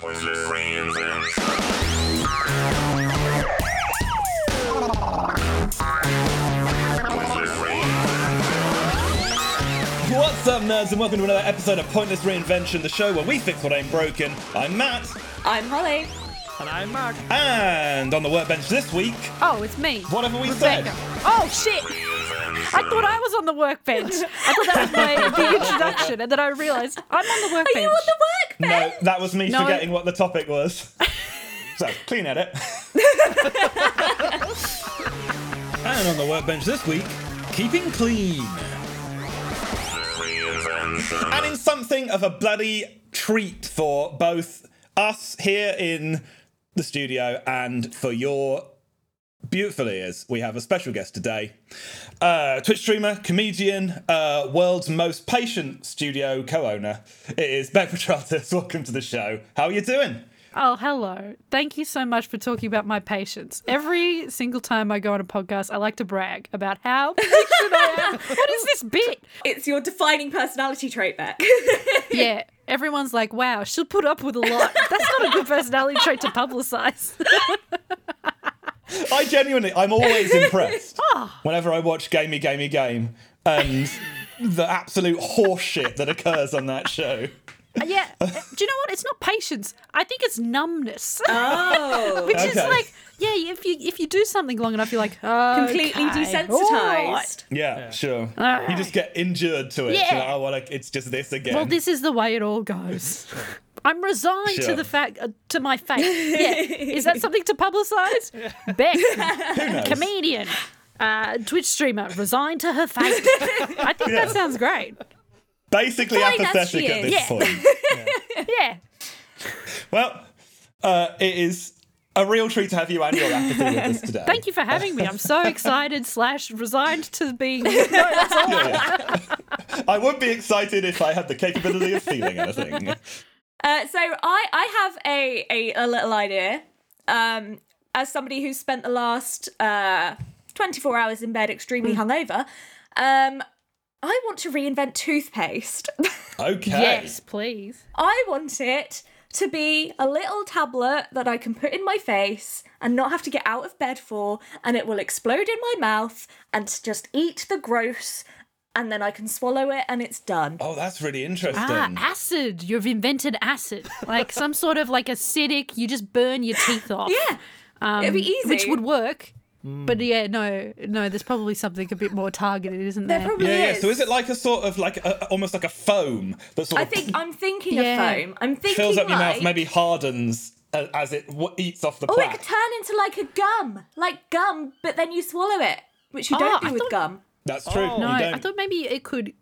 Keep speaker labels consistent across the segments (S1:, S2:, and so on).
S1: When it rains and when it rains.
S2: What's up, nerds, and welcome to another episode of Pointless Reinvention, the show where we fix what ain't broken. I'm Matt,
S3: I'm Holly.
S4: And I'm Mark.
S2: and on the workbench this week,
S5: Oh, it's me.
S2: whatever we said.
S5: Rebecca. Oh shit! I thought I was on the workbench. I thought that was my the introduction, and then I realised I'm on the workbench.
S3: Are you on the work,
S2: No, that was me
S5: No.
S2: forgetting what the topic was. so, clean edit. and on the workbench this week, keeping clean. And in something of a bloody treat for both us here in the studio and for your beautiful ears, we have a special guest today. Uh, Twitch streamer, comedian, uh, world's most patient studio co owner. It is Beck Petratus. Welcome to the show. How are you doing?
S5: Oh, hello. Thank you so much for talking about my patience. Every single time I go on a podcast, I like to brag about how patient I am. What is this bit?
S3: It's your defining personality trait, Beck.
S5: Yeah. Everyone's like, wow, she'll put up with a lot. That's not a good personality trait to publicize.
S2: I genuinely, I'm always impressed whenever I watch Gamey Gamey Game and the absolute horseshit that occurs on that show.
S3: Uh,
S5: yeah. Uh, Do you know what? It's not patience. I think it's numbness.
S3: oh.
S5: Which is
S2: Okay.
S5: like, yeah, if you if you do something long enough, you're like
S3: Completely
S5: "Okay, all right."
S3: desensitized.
S2: Yeah, sure.
S5: All
S2: You just get injured to it.
S5: Yeah.
S2: You're like, oh, well, like, it's just this again.
S5: Well, this is the way it all goes. I'm resigned
S2: Sure.
S5: to the fact, uh, to my fate. Yeah. Is that something to publicise? Beck,
S2: Who knows?
S5: comedian, uh, Twitch streamer, resigned to her fate. I think that sounds great.
S2: Basically
S3: Fine as
S2: apathetic
S3: she
S2: at this
S3: is.
S5: Yeah.
S2: point.
S5: Yeah.
S2: Well, uh, it is a real treat to have you and your apathy with us today.
S5: Thank you for having me. I'm so excited slash resigned to being.
S2: I would be excited if I had the capability of feeling anything.
S3: Uh, so I, I have a, a, a little idea. Um, as somebody who's spent the last uh, 24 hours in bed extremely
S5: Hmm.
S3: hungover, um, I want to reinvent toothpaste.
S2: Okay.
S5: yes, please.
S3: I want it to be a little tablet that I can put in my face and not have to get out of bed for, and it will explode in my mouth and s- just eat the gross, and then I can swallow it and it's done.
S2: Oh, that's really interesting.
S5: Ah, acid. You've invented acid, like some sort of like acidic. You just burn your teeth off.
S3: Yeah,
S5: um,
S3: It'd be easy.
S5: which would work.
S2: Mm.
S5: But yeah, no, no. There's probably something a bit more targeted, isn't
S3: there
S5: there?
S3: probably
S2: yeah, yeah.
S3: is.
S2: So is it like a sort of like a, almost like a foam that sort
S3: I
S2: of
S3: think I'm thinking
S5: Yeah.
S3: of foam. I'm thinking
S2: fills up your
S3: like,
S2: mouth, maybe hardens uh, as it w- eats off the
S3: Oh, it
S2: plaque?
S3: could turn into like a gum, like gum, but then you swallow it, which you
S5: Oh,
S3: don't do
S5: I
S3: with
S5: thought-
S3: gum.
S2: that's true.
S4: No,
S2: you
S5: Oh, no,
S2: don't.
S5: I thought maybe it could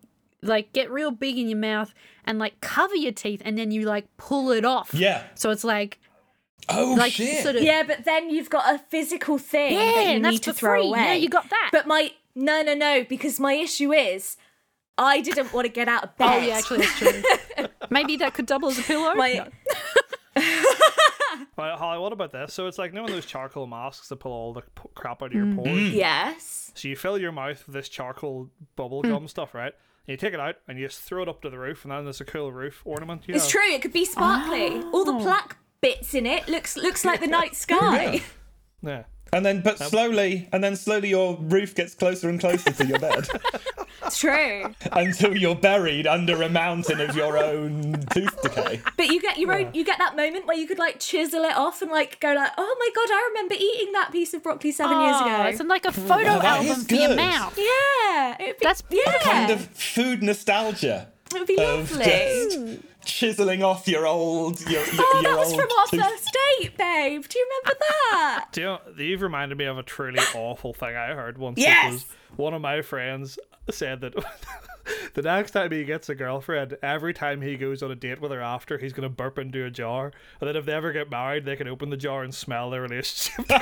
S5: like get real big in your mouth and like cover your teeth, and then you like pull it off.
S2: Yeah.
S5: So it's like
S2: oh
S5: like
S2: shit!
S5: sort of
S3: Yeah, but then you've got a physical thing
S5: Yeah,
S3: that you
S5: and that's
S3: need to
S5: for
S3: throw
S5: free.
S3: away.
S5: Yeah, you got that.
S3: But my no, no, no, because my issue is I didn't want to get out of
S5: Oh
S3: bed.
S5: yeah, actually that's true. maybe that could double as a pillow.
S3: My-
S5: No.
S4: But Holly, what about this? So it's like, you know, when those charcoal masks that pull all the p- crap out of your pores?
S3: yes.
S4: So you fill your mouth with this charcoal bubble gum stuff, right? And you take it out and you just throw it up to the roof, and then there's a cool roof ornament. You
S3: It's
S4: know?
S3: true. It could be sparkly.
S5: Oh.
S3: All the plaque bits in it looks looks like the night sky.
S2: Yeah.
S4: Yeah.
S2: and then, but slowly, and then slowly, your roof gets closer and closer to your bed
S3: It's true.
S2: until you're buried under a mountain of your own tooth decay.
S3: But you get your own. You get that moment where you could like chisel it off and like go like, oh my god, I remember eating that piece of broccoli seven years
S5: Oh,
S3: ago.
S5: It's like a photo
S2: that
S5: album
S2: is
S5: for your
S2: good.
S5: mouth.
S3: yeah, it'd be,
S5: That's
S3: yeah,
S2: kind of food nostalgia
S3: it'd be
S2: of
S3: lovely.
S2: just chiseling off your old your, your,
S3: Oh,
S2: your
S3: that was
S2: old
S3: from our
S2: tooth-
S3: first date, babe. Do you remember that?
S4: Do you know, you've reminded me of a truly awful thing I heard once. which
S3: Yes!
S4: was one of my friends said that the next time he gets a girlfriend, every time he goes on a date with her after, he's going to burp into a jar. And then if they ever get married, they can open the jar and smell their relationship.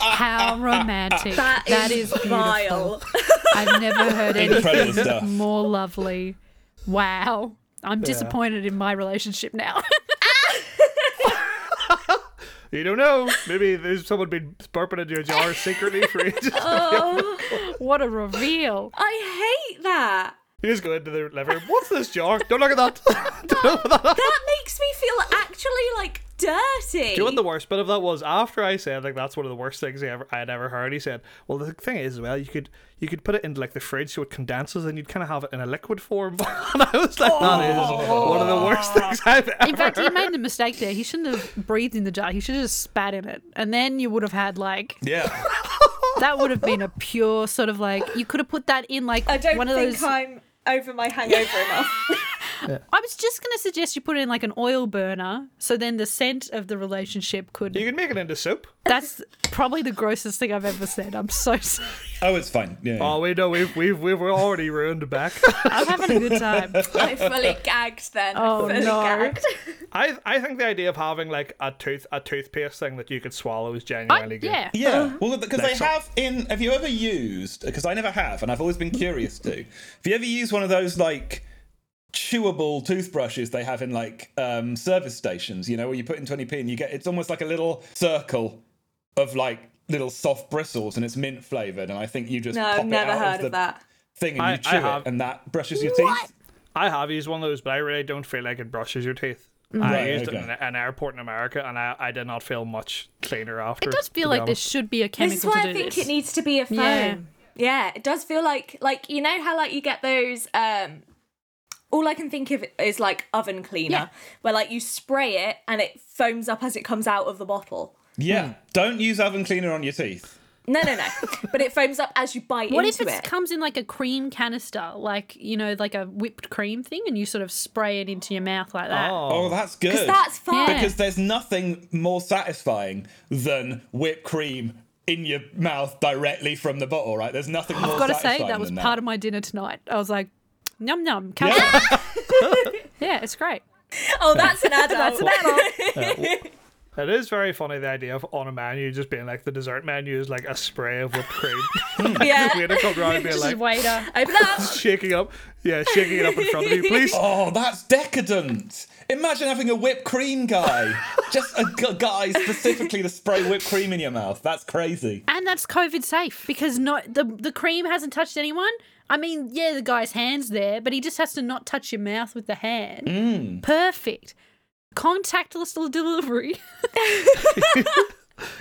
S5: How romantic. that is, beautiful.
S3: vile.
S5: I've never heard
S2: Incredible
S5: anything
S2: stuff.
S5: more lovely. Wow. I'm disappointed in my relationship now.
S4: You don't know. Maybe there's someone been burping into a jar secretly for ages.
S5: what a reveal.
S3: I hate that.
S4: You just go into the living room. What's this jar? Don't look at that. Don't look at that.
S3: That makes me feel actually like dirty.
S4: Do you know what the worst bit of that was? After I said like that's one of the worst things I ever I had ever heard. He said, "Well, the thing is, well, you could you could put it into like the fridge so it condenses, and you'd kind of have it in a liquid form." and I was like, "That is one of the worst things I've ever."
S5: In fact, he made the mistake there. He shouldn't have breathed in the jar. He should have just spat in it. And then you would have had like
S2: Yeah.
S3: Oh.
S5: that would have been a pure sort of like you could have put that in like
S3: I don't
S5: one of
S3: think
S5: those
S3: I'm over my hangover enough.
S5: I was just going to suggest you put it in like an oil burner, so then the scent of the relationship could.
S4: You can make it into soup.
S5: That's probably the grossest thing I've ever said. I'm so sorry.
S2: Oh, it's fine. Yeah. yeah.
S4: Oh, we know we've we've we've already ruined back.
S5: I'm having a good time.
S3: I fully gagged then.
S5: Oh,
S3: fully
S5: no.
S3: gagged.
S4: I I think the idea of having like a tooth a toothpaste thing that you could swallow is
S5: I,
S4: genuinely good.
S5: yeah.
S3: Uh-huh.
S2: Yeah, well, because they
S4: Next up.
S2: have in. Have you ever used? Because I never have, and I've always been curious to. Have you ever used one of those like chewable toothbrushes they have in like um, service stations? You know, where you put in twenty p and you get it's almost like a little circle of like little soft bristles, and it's mint flavored. And I think you just
S3: No,
S2: pop
S3: I've
S2: it
S3: never
S2: out
S3: heard
S2: of
S3: of,
S2: the
S3: that.
S2: thing and
S4: I-
S2: you
S4: I
S2: chew it,
S4: have.
S2: and that brushes your teeth.
S4: I have used one of those, but I really don't feel like it brushes your teeth.
S2: Mm-hmm. Right,
S4: I used it
S2: okay.
S4: in a- an airport in America, and I, I did not feel much cleaner after.
S5: It does
S4: to be
S5: feel like there
S4: honest.
S5: should be a chemical
S3: This is why
S5: to do
S3: I think
S5: this.
S3: it needs to be a foam.
S5: Yeah.
S3: Yeah. it does feel like like you know how like you get those um all I can think of is like oven cleaner
S5: Yeah.
S3: where like you spray it and it foams up as it comes out of the bottle.
S2: Yeah,
S4: Hmm.
S2: don't use oven cleaner on your teeth.
S3: No, no, no. but it foams up as you bite
S5: what if
S3: into
S5: it
S3: it.
S5: comes in like a cream canister, like you know, like a whipped cream thing, and you sort of spray it into your mouth like that?
S2: Oh, that's good.
S3: That's fine.
S5: Yeah.
S2: Because there's nothing more satisfying than whipped cream in your mouth directly from the bottle, right? There's nothing more
S5: I've got to say
S2: satisfying
S5: that was
S2: than
S5: part of my dinner tonight. I was like, num num, come yeah, it's great.
S3: Oh, that's an adult.
S5: That's an adult.
S4: Oh, It is very funny the idea of on a menu just being like the dessert menu is like a spray of whipped cream.
S3: yeah.
S4: Waiter comes around being
S5: Just
S4: like
S5: waiter.
S3: Open up.
S4: shaking up, yeah, shaking it up in front of you. Please,
S2: Oh, that's decadent. Imagine having a whipped cream guy. Just a g- guy specifically to spray whipped cream in your mouth. That's crazy.
S5: and that's COVID safe because not the the cream hasn't touched anyone. I mean, yeah, the guy's hands there, but he just has to not touch your mouth with the hand. Perfect. Contactless delivery.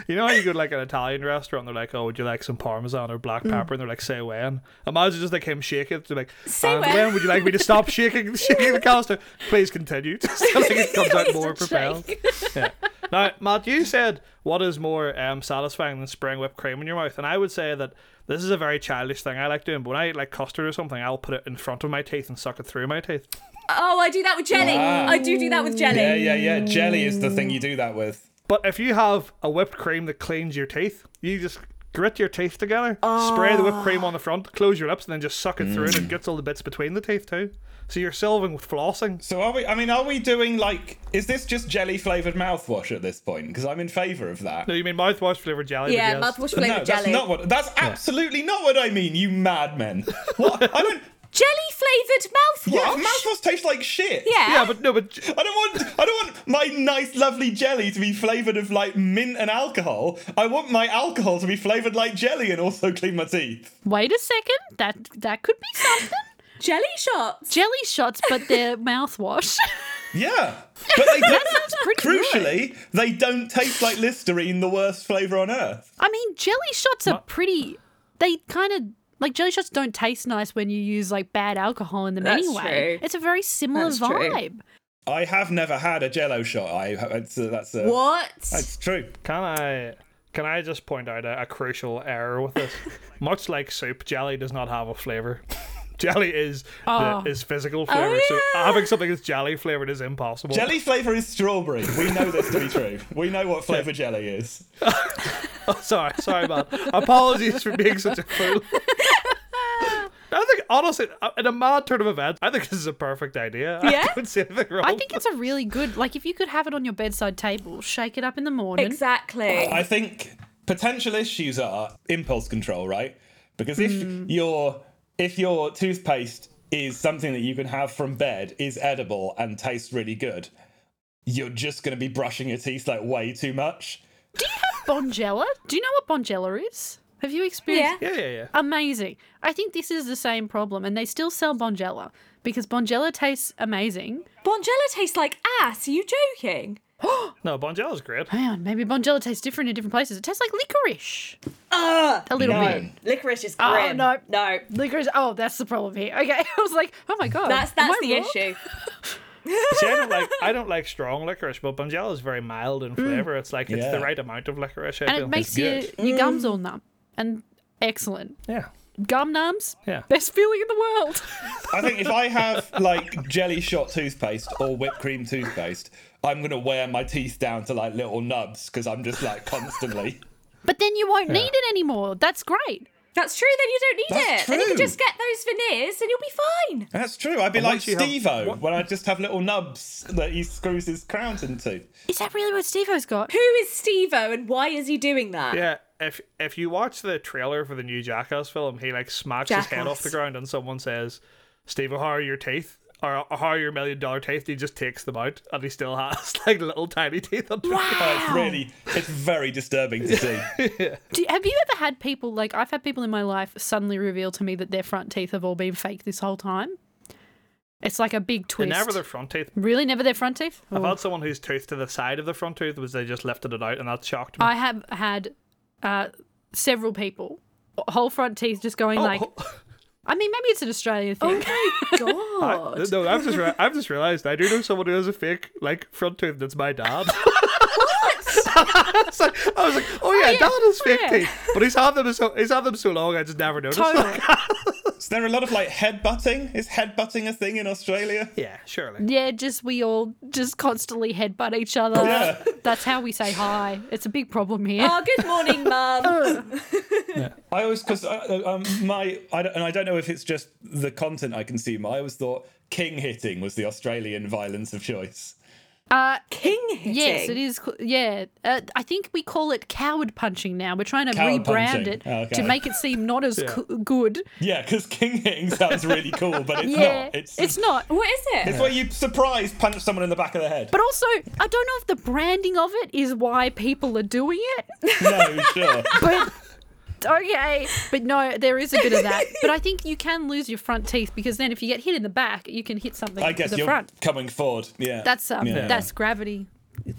S4: you know how you go to like an Italian restaurant, and they're like, "Oh, would you like some parmesan or black
S3: Mm.
S4: pepper?" And they're like, "Say when." Imagine just like him shaking. it, They're like,
S3: Say
S4: "And
S3: when."
S4: when would you like me to stop shaking, shaking the canister? Please continue." Just so like it comes out more propelled. Yeah. Now, Matt, you said what is more um, satisfying than spraying whipped cream in your mouth, and I would say that this is a very childish thing I like doing. But when I eat like custard or something, I'll put it in front of my teeth and suck it through my teeth.
S3: Oh, I do that with jelly. I do do that with jelly.
S2: Yeah, yeah, yeah. Jelly is the thing you do that with.
S4: But if you have a whipped cream that cleans your teeth, you just grit your teeth together, spray the
S3: Ah.
S4: whipped cream on the front, close your lips, and then just suck it through, and it
S3: Mm.
S4: gets all the bits between the teeth too. So you're solving with flossing.
S2: So are we? I mean, are we doing like? Is this just jelly flavored mouthwash at this point? Because I'm in favour of that.
S4: No, you mean mouthwash flavored jelly? but
S3: Yeah,
S4: yes.
S3: mouthwash flavour
S2: no,
S3: jelly.
S2: that's not what. That's absolutely not what I mean. You madmen. What? I don't.
S3: Jelly flavored
S2: Yeah,
S3: mouthwash.
S2: mouthwash tastes like shit.
S3: Yeah.
S4: Yeah, but no, but j-
S2: I don't want. I don't want my nice, lovely jelly to be flavored of like mint and alcohol. I want my alcohol to be flavored like jelly and also clean my teeth.
S5: Wait a second. That that could be something.
S3: jelly shots.
S5: Jelly shots, but they're mouthwash.
S2: Yeah, but they don't.
S5: That's pretty good.
S2: Crucially, they don't taste like Listerine, the worst flavor on earth.
S5: I mean, jelly shots are pretty. They kind of like jelly shots don't taste nice when you use like bad alcohol in them
S3: That's
S5: anyway.
S3: true.
S5: It's a very similar
S3: That's true.
S5: vibe.
S2: I have never had a Jello shot. I it's, uh, that's uh,
S3: What?
S2: That's true.
S4: can I? Can I just point out a, a crucial error with this? Much like soup, jelly does not have a flavor. jelly is
S5: Oh.
S4: the, is physical flavor, so
S3: Ah. yeah.
S4: having something that's jelly flavored is impossible.
S2: Jelly flavor is strawberry. We know this to be true. We know what flavor jelly is.
S4: Sorry, sorry, man. Apologies for being such a fool. I think, honestly, uh, in a mad turn of events, I think this is a perfect idea.
S3: Yeah?
S4: I don't see anything wrong.
S5: I think it's a really good like if you could have it on your bedside table, shake it up in the morning.
S3: Exactly.
S2: I think potential issues are impulse control, right? Because if
S5: Hmm.
S2: your if your toothpaste is something that you can have from bed, is edible and tastes really good, you're just going to be brushing your teeth like way too much.
S5: Bonjella? Do you know what Bonjella is? Have you experienced?
S3: Yeah.
S4: Yeah, yeah, yeah.
S5: amazing. I think this is the same problem, and they still sell Bonjela because Bonjela tastes amazing.
S3: Bonjela tastes like ass. Are you joking?
S4: No, Bonjella's great.
S5: Hang on, maybe Bonjela tastes different in different places. It tastes like licorice
S6: Ugh.
S5: a little
S2: No.
S5: bit.
S6: Licorice is
S2: Ah,
S5: Oh,
S6: grim.
S5: no.
S6: No.
S5: Licorice. Oh, that's the problem here. Okay, I was like, oh my god,
S3: That's
S5: am
S3: that's
S5: I
S3: the
S5: wrong?
S3: issue.
S4: See, I don't like I don't like strong licorice, but Bonjela is very mild in flavour. It's like it's the
S2: Yeah.
S4: right amount of licorice. I
S5: Mm. and
S4: feel.
S5: it makes your,
S2: good.
S5: your gums
S3: Mm.
S5: all numb. And excellent
S4: yeah,
S5: gum numbs.
S4: Yeah.
S5: best feeling in the world.
S2: I think if I have like jelly shot toothpaste or whipped cream toothpaste, I'm gonna wear my teeth down to like little nubs because I'm just like constantly.
S5: but then you won't need it anymore. That's great.
S3: That's true. Then you don't need
S2: That's
S3: it. Then you can
S2: true.
S3: just get those veneers and you'll be fine.
S2: That's true. I'd be like
S4: once you have-
S2: Stevo
S4: what-
S2: when I just have little nubs that he screws his crowns into.
S5: Is that really what Steve-O's got?
S3: Who is Stevo and why is he doing that?
S4: yeah. If if you watch the trailer for the new Jackass film, he like smacks his head off the
S3: Jackass.
S4: ground, and someone says, "Steve, how are your teeth?" Or how are your million dollar teeth? He just takes them out, and he still has like little tiny teeth. Under
S2: Oh, it's really, it's very disturbing to see.
S5: Do, have you ever had people like I've had people in my life suddenly reveal to me that their front teeth have all been fake this whole time? It's like a big
S4: They're
S5: twist.
S4: never their front teeth.
S5: really, never their front teeth.
S4: I've
S5: Oh.
S4: had someone whose tooth to the side of the front tooth was they just lifted it out, and that shocked me.
S5: I have had uh, several people whole front teeth just going
S4: Oh,
S5: like.
S4: oh.
S5: I mean, maybe it's an Australian
S2: Oh,
S5: thing.
S4: I-
S3: God.
S4: no, I've just re- I've just realised I do know someone who has a fake like front tooth that's my dad. so I was like, oh yeah,
S5: yeah,
S4: dad has fake
S5: yeah.
S4: teeth, but he's had them so he's had them so long I just never noticed.
S5: Totally.
S2: Is there a lot of like headbutting? Is headbutting a thing in Australia?
S4: yeah, surely.
S5: Yeah, just we all just constantly headbutt each other.
S2: Yeah.
S5: That's how we say hi. It's a big problem here.
S3: Oh, good morning, Mum.
S2: Uh, I always because um, my I don't, and I don't know if it's just the content I consume. I always thought king hitting was the Australian violence of choice.
S3: King hitting.
S5: yes, it is. cl- Yeah, uh, I think we call it coward punching now. We're trying to
S2: Coward
S5: rebrand
S2: punching. Oh,
S5: it
S2: Okay.
S5: to make it seem not as
S4: Yeah.
S5: coo- good.
S2: Yeah, because king hitting sounds really cool, but it's
S5: Yeah,
S2: not.
S5: it's,
S2: It's
S5: not.
S3: What is it?
S2: it's where you surprise punch someone in the back of the head.
S5: But also, I don't know if the branding of it is why people are doing it.
S2: no, sure.
S5: But okay, but no, there is a bit of that. But I think you can lose your front teeth because then if you get hit in the back, you can hit something
S2: I
S5: in
S2: guess
S5: the
S2: you're
S5: front.
S2: coming forward. Yeah,
S5: That's um,
S2: Yeah.
S5: that's gravity.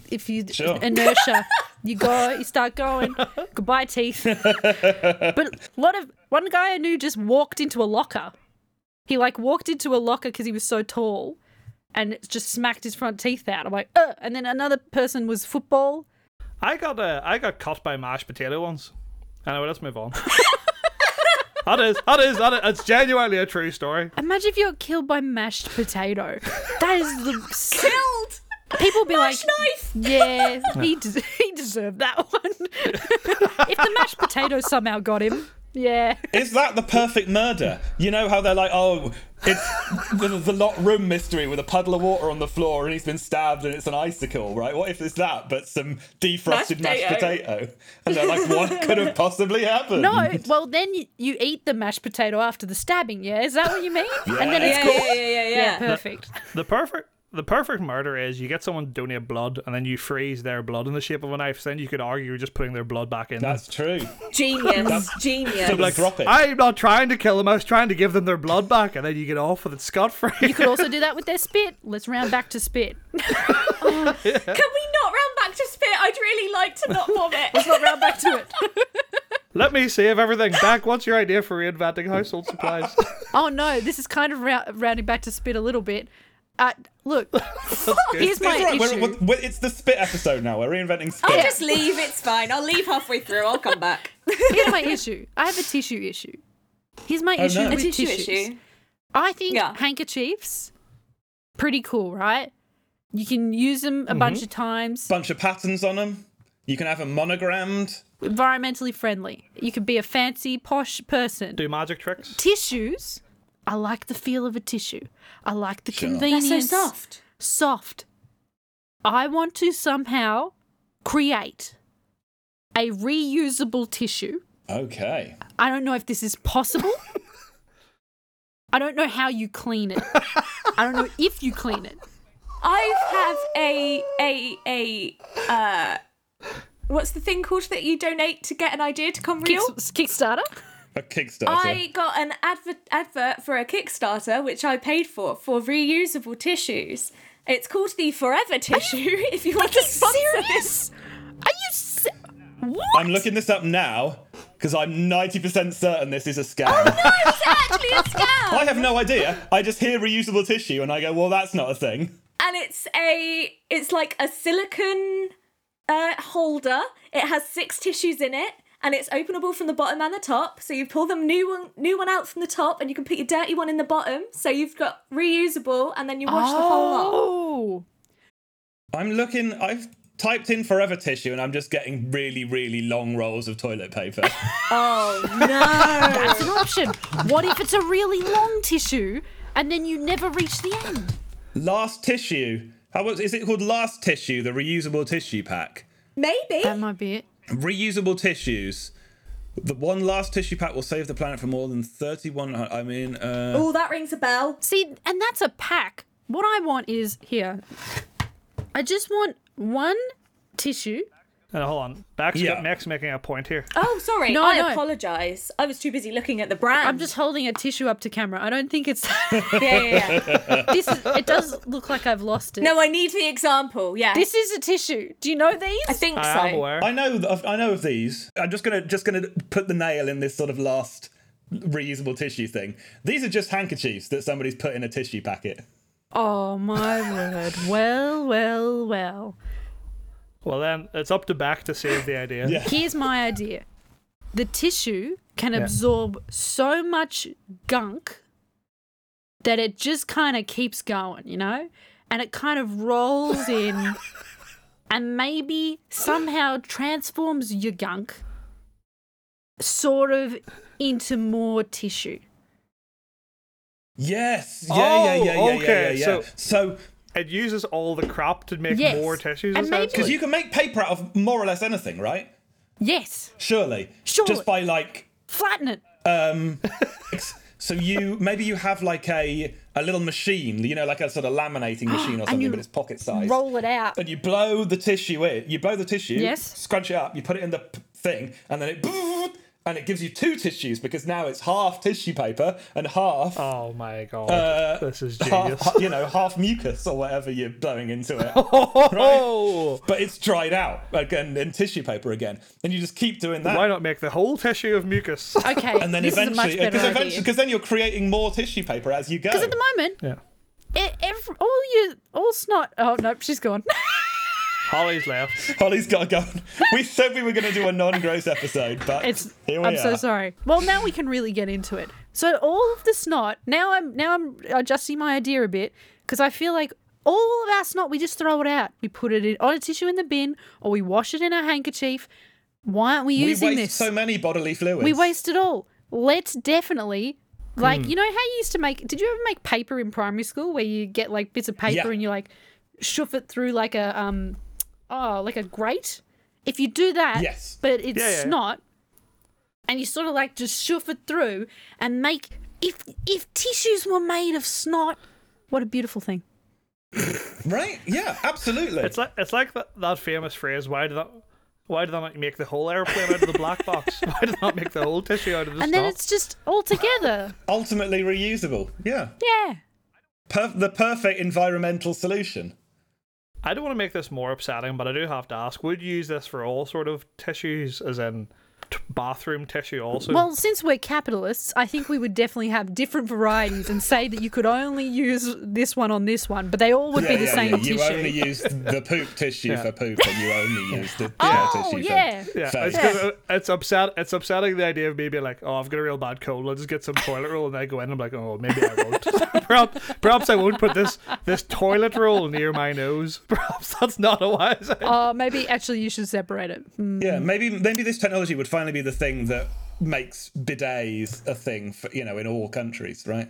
S5: If you
S2: Sure.
S5: inertia, you go, you start going. Goodbye teeth. but a lot of one guy I knew just walked into a locker. He like walked into a locker because he was so tall, and it just smacked his front teeth out. I'm like, Ugh. and then another person was football.
S4: I got uh, I got cut by mashed potato once. Anyway, let's move on. that is that is that is it's genuinely a true story.
S5: Imagine if you're killed by mashed potato. That is the
S3: Killed.
S5: people be like,
S3: Knife.
S5: yeah, he des- he deserved that one. if the mashed potato somehow got him, yeah.
S2: Is that the perfect murder? You know how they're like, oh, it's the, the lot room mystery with a puddle of water on the floor and he's been stabbed and it's an icicle, right? What if it's that, but some defrosted mashed,
S3: Mashed
S2: potato.
S3: potato.
S2: And they're like, what could have possibly happened?
S5: No, well then you, you eat the mashed potato after the stabbing, yeah? Is that what you mean? And then it's
S3: Yeah, yeah,
S5: cool.
S3: yeah, yeah, yeah.
S5: perfect.
S4: The perfect the perfect murder is you get someone to donate blood and then you freeze their blood in the shape of a knife. So then you could argue you're just putting their blood back in.
S2: That's true.
S3: Genius. Genius.
S2: Like, drop it.
S4: I'm not trying to kill them. I was trying to give them their blood back, and then you get off with it scot free.
S5: You could also do that with their spit. Let's round back to spit.
S3: Can we not round back to spit? I'd really like to not
S5: Let's
S3: vomit.
S5: not round back to it.
S4: Let me save everything back. What's your idea for reinventing household supplies?
S5: Oh no, this is kind of rou- rounding back to spit a little bit. Uh, look, here's my
S2: It's all right,
S5: issue.
S2: we're- we're- we're- it's the spit episode now. We're reinventing spit.
S3: I'll just leave. It's fine. I'll leave halfway through. I'll come back.
S5: Here's my issue. I have a tissue issue. Here's my issue
S2: Oh, no.
S5: with
S2: A
S3: Tissue
S5: tissues.
S3: issue.
S5: I think
S3: Yeah.
S5: handkerchiefs, pretty cool, right? You can use them a bunch of times.
S2: Bunch of patterns on them. You can have them monogrammed.
S5: environmentally friendly. You could be a fancy, posh person.
S4: Do magic tricks.
S5: Tissues, I like the feel of a tissue. I like the
S2: Sure.
S5: convenience. Soft. I want to somehow create a reusable tissue.
S2: Okay.
S5: I don't know if this is possible. I don't know how you clean it. I don't know if you clean it.
S3: I have a a a uh, what's the thing called that you donate to get an idea to come real?
S5: Kicks- Kickstarter.
S2: A Kickstarter.
S3: I got an adver- advert for a Kickstarter, which I paid for, for reusable tissues. It's called the Forever Tissue. if you want to sponsor this,
S5: Are you? Se- what?
S2: I'm looking this up now because I'm 90% certain this is a scam.
S3: it's actually a scam.
S2: I have no idea. I just hear reusable tissue and I go, well, that's not a thing.
S3: and it's a it's like a silicon uh, holder. It has six tissues in it, and it's openable from the bottom and the top. So you pull the new one new one out from the top, and you can put your dirty one in the bottom. So you've got reusable, and then you wash the whole lot.
S5: Oh.
S2: I'm looking, I've typed in forever tissue and I'm just getting really, really long rolls of toilet paper.
S3: Oh,
S5: That's an option. What if it's a really long tissue and then you never reach the end?
S2: Last tissue. How was, is it called Last Tissue, the reusable tissue pack?
S3: Maybe
S5: That might be it.
S2: Reusable tissues. The one last tissue pack will save the planet for more than 31. I mean, uh,
S3: Oh, that rings a bell.
S5: See, and that's a pack. What I want is here. I just want one tissue.
S4: And Uh, hold on, Max,
S2: Yeah.
S4: Max making a point here.
S3: Oh, sorry.
S5: No,
S3: I
S5: no.
S3: apologise. I was too busy looking at the brand.
S5: I'm just holding a tissue up to camera. I don't think it's
S3: yeah, yeah, yeah.
S5: this. Is, it does look like I've lost it.
S3: no, I need the example. Yeah,
S5: this is a tissue. Do you know
S3: I
S5: these?
S3: think so.
S4: I am aware.
S2: I know, of, I know of these. I'm just gonna just gonna put the nail in this sort of last reusable tissue thing. These are just handkerchiefs that somebody's put in a tissue packet.
S5: Oh my word! Well, well, well.
S4: Well, then it's up to back to save the idea.
S2: Yeah.
S5: Here's my idea. The tissue can absorb so much gunk that it just kind of keeps going, you know? And it kind of rolls in and maybe somehow transforms your gunk sort of into more tissue.
S2: Yes. Yeah.
S4: Oh,
S2: yeah. Yeah. Yeah.
S4: okay,
S2: Yeah. Yeah.
S4: so-
S2: so
S4: It uses all the crap to make
S5: Yes.
S4: more tissues.
S5: And maybe-
S2: because
S4: essentially.
S2: you can make paper out of more or less anything, right?
S5: Yes.
S2: Surely.
S5: Surely.
S2: Just by like um,
S5: Flatten it.
S2: So you maybe you have like a a little machine, you know, like a sort of laminating machine or something,
S5: you
S2: but it's pocket sized.
S5: Roll it out.
S2: and you blow the tissue in. You blow the tissue,
S5: Yes.
S2: scrunch it up, you put it in the p- thing, and then it and it gives you two tissues because now it's half tissue paper and half,
S4: Oh my god,
S2: Uh,
S4: this is
S2: half
S4: genius.
S2: you know half mucus or whatever you're blowing into it.
S4: oh,
S2: But it's dried out again in tissue paper again, and you just keep doing that.
S4: why not make the whole tissue of mucus?
S5: Okay.
S2: And then
S5: this
S2: eventually,
S5: is a much
S2: because
S5: better
S2: eventually,
S5: idea.
S2: because then you're creating more tissue paper as you go.
S5: Because at the moment,
S4: yeah,
S5: e- ev- all you, all snot. Oh, nope, she's gone.
S4: Holly's left.
S2: Holly's got to go. We said we were going to do a non-gross episode, but
S5: It's.
S2: here we
S5: I'm
S2: are.
S5: so sorry. Well, now we can really get into it. So all of the snot. Now I'm now I'm adjusting my idea a bit because I feel like all of our snot we just throw it out. We put it in, on a tissue in the bin, or we wash it in a handkerchief. Why aren't we
S2: We
S5: using
S2: waste
S5: this?
S2: so many bodily fluids.
S5: we waste it all. Let's definitely.
S4: Hmm.
S5: Like you know how you used to make? Did you ever make paper in primary school where you get like bits of paper
S2: Yeah.
S5: and you like shove it through like a um oh like a grate? If you do that,
S2: Yes.
S5: but it's
S4: Yeah, yeah, yeah.
S5: snot, and you sort of like just shove it through and make if if tissues were made of snot, what a beautiful thing.
S2: right? Yeah, absolutely.
S4: It's like it's like that, that famous phrase. Why did that? Why did they not make the whole airplane out of the black box? Why did they not make the whole tissue out of the
S5: And
S4: snot?
S5: then it's just all together.
S2: ultimately reusable. Yeah.
S5: yeah.
S2: Per- the perfect environmental solution.
S4: I don't want to make this more upsetting, but I do have to ask: Would you use this for all sort of tissues, as in t- bathroom tissue also?
S5: Well, since we're capitalists, I think we would definitely have different varieties and say that you could only use this one on this one, but they all would be the same
S2: You
S5: tissue.
S2: only use the poop tissue
S4: Yeah.
S2: for poop, and you only use the
S5: Oh,
S2: tissue
S5: yeah.
S2: for
S4: yeah,
S2: for-
S4: it's, uh, 'cause it- it's upset. It's upsetting the idea of me being like, "Oh, I've got a real bad cold. I'll just get some toilet roll." And I go in, and I'm like, "Oh, maybe I won't. perhaps, perhaps I won't put this this toilet roll near my nose. Perhaps that's not a wise." idea.
S5: Oh, maybe actually you should separate it. Hmm.
S2: Yeah, maybe maybe this technology would finally be the thing that makes bidets a thing for you know in all countries, right?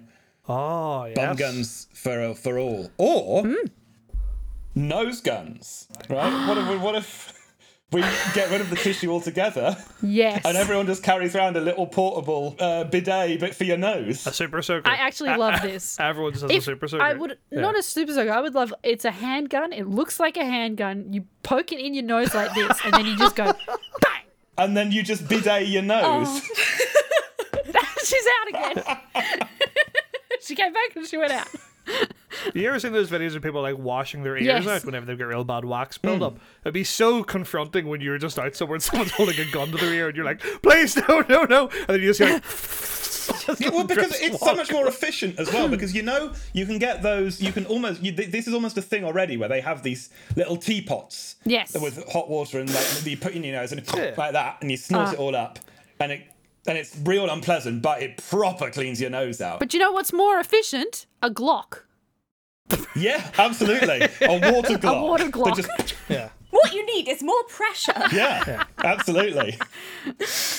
S4: Oh, yes.
S2: Bum guns for uh, for
S5: Hmm.
S2: all, or nose guns, right? what if what if we get rid of the tissue altogether,
S5: Yes.
S2: and everyone just carries around a little portable uh, bidet, but for your nose.
S4: A super soaker.
S5: I actually love this.
S4: Everyone just has a
S5: If
S4: super soaker.
S5: I would not a super soaker. I would love. It's a handgun. It looks like a handgun. You poke it in your nose like this, and then you just go bang.
S2: And then you just bidet your
S5: Oh.
S2: nose.
S5: She's out again. she came back and she went out.
S4: You ever seen those videos of people like washing their ears
S5: Yes.
S4: out whenever they've got real bad wax
S2: Hmm.
S4: buildup? It'd be so confronting when you're just out somewhere and someone's holding a gun to their ear and you're like, please, no, no, no. And then you just hear like, just
S2: well, because
S4: just
S2: it's so
S4: walk.
S2: much more efficient as well. Because you know, you can get those. You can almost. You, th- this is almost a thing already where they have these little teapots.
S5: Yes.
S2: With hot water and like that you put in your nose and
S4: Yeah.
S2: like that, and you snort
S5: Ah.
S2: it all up, and it and it's real unpleasant, but it proper cleans your nose out.
S5: But you know what's more efficient? A Glock.
S2: yeah, absolutely. A water glock.
S5: water
S2: that
S5: glock.
S2: just-
S4: Yeah.
S3: What you need is more pressure.
S2: yeah, absolutely.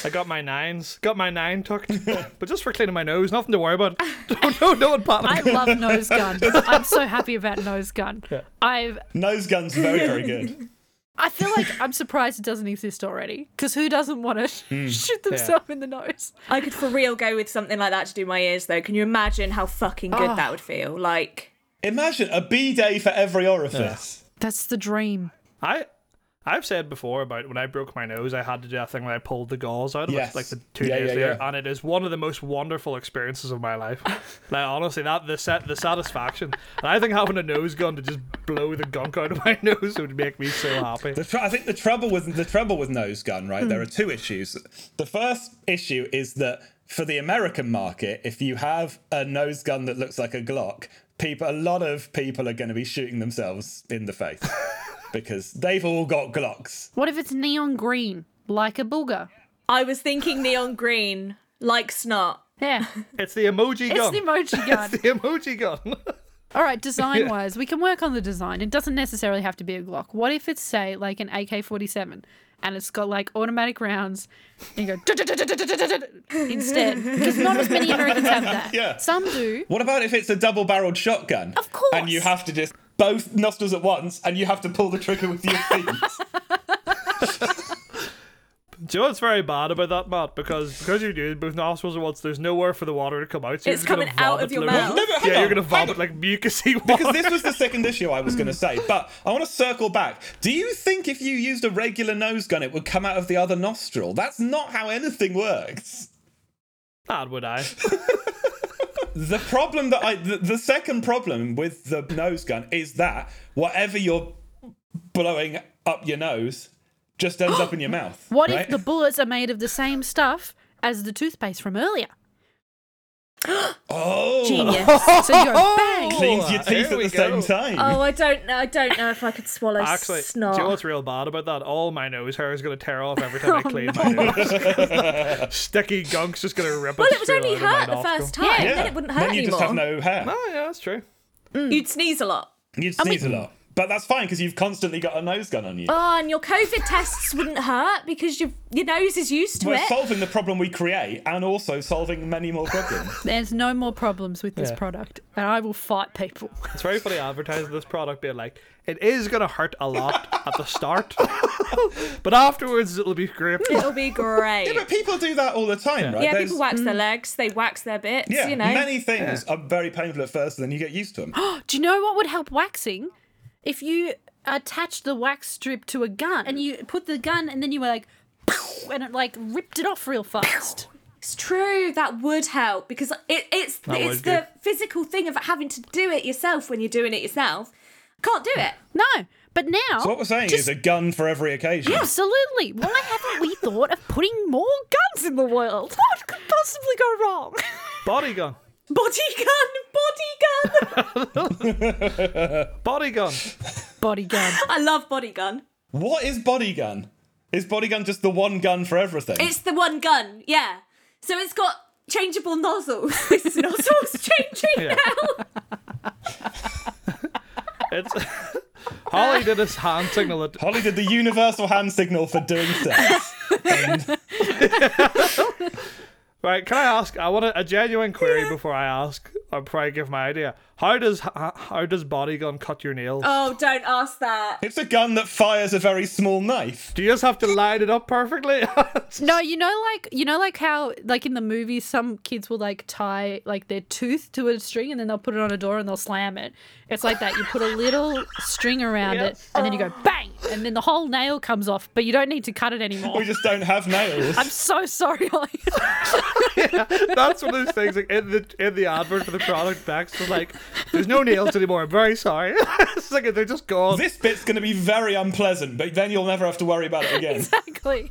S4: I got my nines. Got my nine tucked. but just for cleaning my nose, nothing to worry about. No, no, no one
S5: I
S4: panic.
S5: love nose gun. I'm so happy about nose gun. I've.
S2: Nose guns very very good.
S5: I feel like I'm surprised it doesn't exist already. Because who doesn't want to shoot themselves in the nose?
S3: I could for real go with something like that to do my ears though. Can you imagine how fucking good
S2: Ah.
S3: that would feel? Like
S2: Imagine a bidet for every orifice.
S5: That's the dream.
S4: I, I've said before about when I broke my nose, I had to do that thing where I pulled the gauze out of
S2: Yes.
S4: it, like the two
S2: Yeah,
S4: days
S2: yeah,
S4: later,
S2: yeah.
S4: and it is one of the most wonderful experiences of my life. like honestly, that the set the satisfaction, and I think having a nose gun to just blow the gunk out of my nose would make me so happy.
S2: The tr- I think the trouble with the trouble with nose gun, right?
S5: Hmm.
S2: There are two issues. The first issue is that for the American market, if you have a nose gun that looks like a Glock, people, a lot of people are going to be shooting themselves in the face because they've all got Glocks.
S5: What if it's neon green, like a booger?
S3: I was thinking neon green, like snot.
S5: Yeah,
S4: It's the emoji
S5: it's
S4: gun.
S5: the emoji gun.
S4: the emoji gun.
S5: All right, design wise, we can work on the design. It doesn't necessarily have to be a Glock. What if it's say like an AK forty seven, and it's got like automatic rounds, and you go "Dut-dut-dut-dut-dut-dut-dut-dut," instead because not as many Americans have that.
S2: Yeah.
S5: some do.
S2: What about if it's a double-barreled shotgun?
S5: Of course.
S2: And you have to just both nostrils at once, and you have to pull the trigger with your feet.
S4: Do you know what's very bad about that, Matt? Because because you do both nostrils at once, there's nowhere for the water to come out. So you're
S3: It's
S4: just gonna
S3: coming out
S4: vomit
S3: of your
S4: loads.
S3: mouth.
S2: No, but hang
S4: yeah, you're
S2: on,
S4: gonna
S2: hang
S4: vomit
S2: on.
S4: like mucusy water.
S2: because this was the second issue I was going to say, but I want to circle back. Do you think if you used a regular nose gun, it would come out of the other nostril? That's not how anything works.
S4: Bad would I?
S2: The problem that I, the, the second problem with the nose gun is that whatever you're blowing up your nose just ends up in your mouth.
S5: What
S2: right?
S5: if the bullets are made of the same stuff as the toothpaste from earlier?
S2: oh
S3: Genius.
S5: So you go bang.
S2: cleans your
S4: Here
S2: teeth at
S4: we
S2: the
S4: go.
S2: same time?
S3: oh, I don't know. I don't know if I could swallow
S4: Actually,
S3: snot.
S4: do you know what's real bad about that? All my nose hair is gonna tear off every time I
S3: Oh,
S4: clean my nose. Sticky gunk's just gonna rip.
S3: well, it would only hurt the first time.
S5: Yeah.
S3: Then it wouldn't hurt
S2: then you
S3: anymore.
S2: just have no hair.
S4: Oh yeah, that's true.
S3: You'd sneeze a lot.
S2: You'd sneeze a lot. But that's fine because you've constantly got a nose gun on you.
S3: Oh, and your COVID tests wouldn't hurt because your your nose is used to
S2: We're
S3: it.
S2: solving the problem we create and also solving many more problems.
S5: There's no more problems with this product, and I will fight people.
S4: It's very funny advertising this product being like, it is gonna hurt a lot at the start, but afterwards it'll be great.
S3: It'll be great.
S2: but people do that all the time, right?
S3: yeah,
S2: There's-
S3: people wax their legs. They wax their bits.
S2: yeah,
S3: you know.
S2: many things are very painful at first and then you get used to them.
S5: Do you know what would help waxing? If you attach the wax strip to a gun and you put the gun and then you were like, "Pow," and it like ripped it off real fast.
S3: It's true. That would help because it, it's it's
S4: would
S3: the physical thing of having to do it yourself when you're doing it yourself. Can't do it.
S5: No, but now.
S2: So what we're saying is
S5: just-
S2: a gun for every occasion.
S5: Absolutely. Why haven't we thought of putting more guns in the world? What could possibly go wrong?
S4: Body gun,
S3: Body gun, body gun.
S4: body gun.
S5: Body gun.
S3: I love body gun.
S2: What is body gun? Is body gun just the one gun for everything?
S3: It's the one gun. Yeah. So it's got changeable nozzles. This nozzle's changing
S4: Yeah.
S3: now.
S4: It's Holly did his hand signal at
S2: Holly did the universal hand signal for doing sex.
S4: Right, can I ask? I want a, a genuine query before I ask I'll probably give my idea. How does h- how does body gun cut your nails?
S3: Oh, don't ask that.
S2: It's a gun that fires a very small knife.
S4: Do you just have to line it up perfectly?
S5: No, you know, like you know, like how like in the movies, some kids will like tie like their tooth to a string and then they'll put it on a door and they'll slam it. It's like that. You put a little string around
S4: Yes.
S5: it and then you go bang, and then the whole nail comes off, but you don't need to cut it anymore.
S2: We just don't have nails.
S5: I'm so sorry. Ollie.
S4: That's one of those things like in the in the advert for the product backs was like, there's no nails anymore, I'm very sorry. it's like they're just gone.
S2: this bit's going to be very unpleasant, but then you'll never have to worry about it again.
S5: exactly.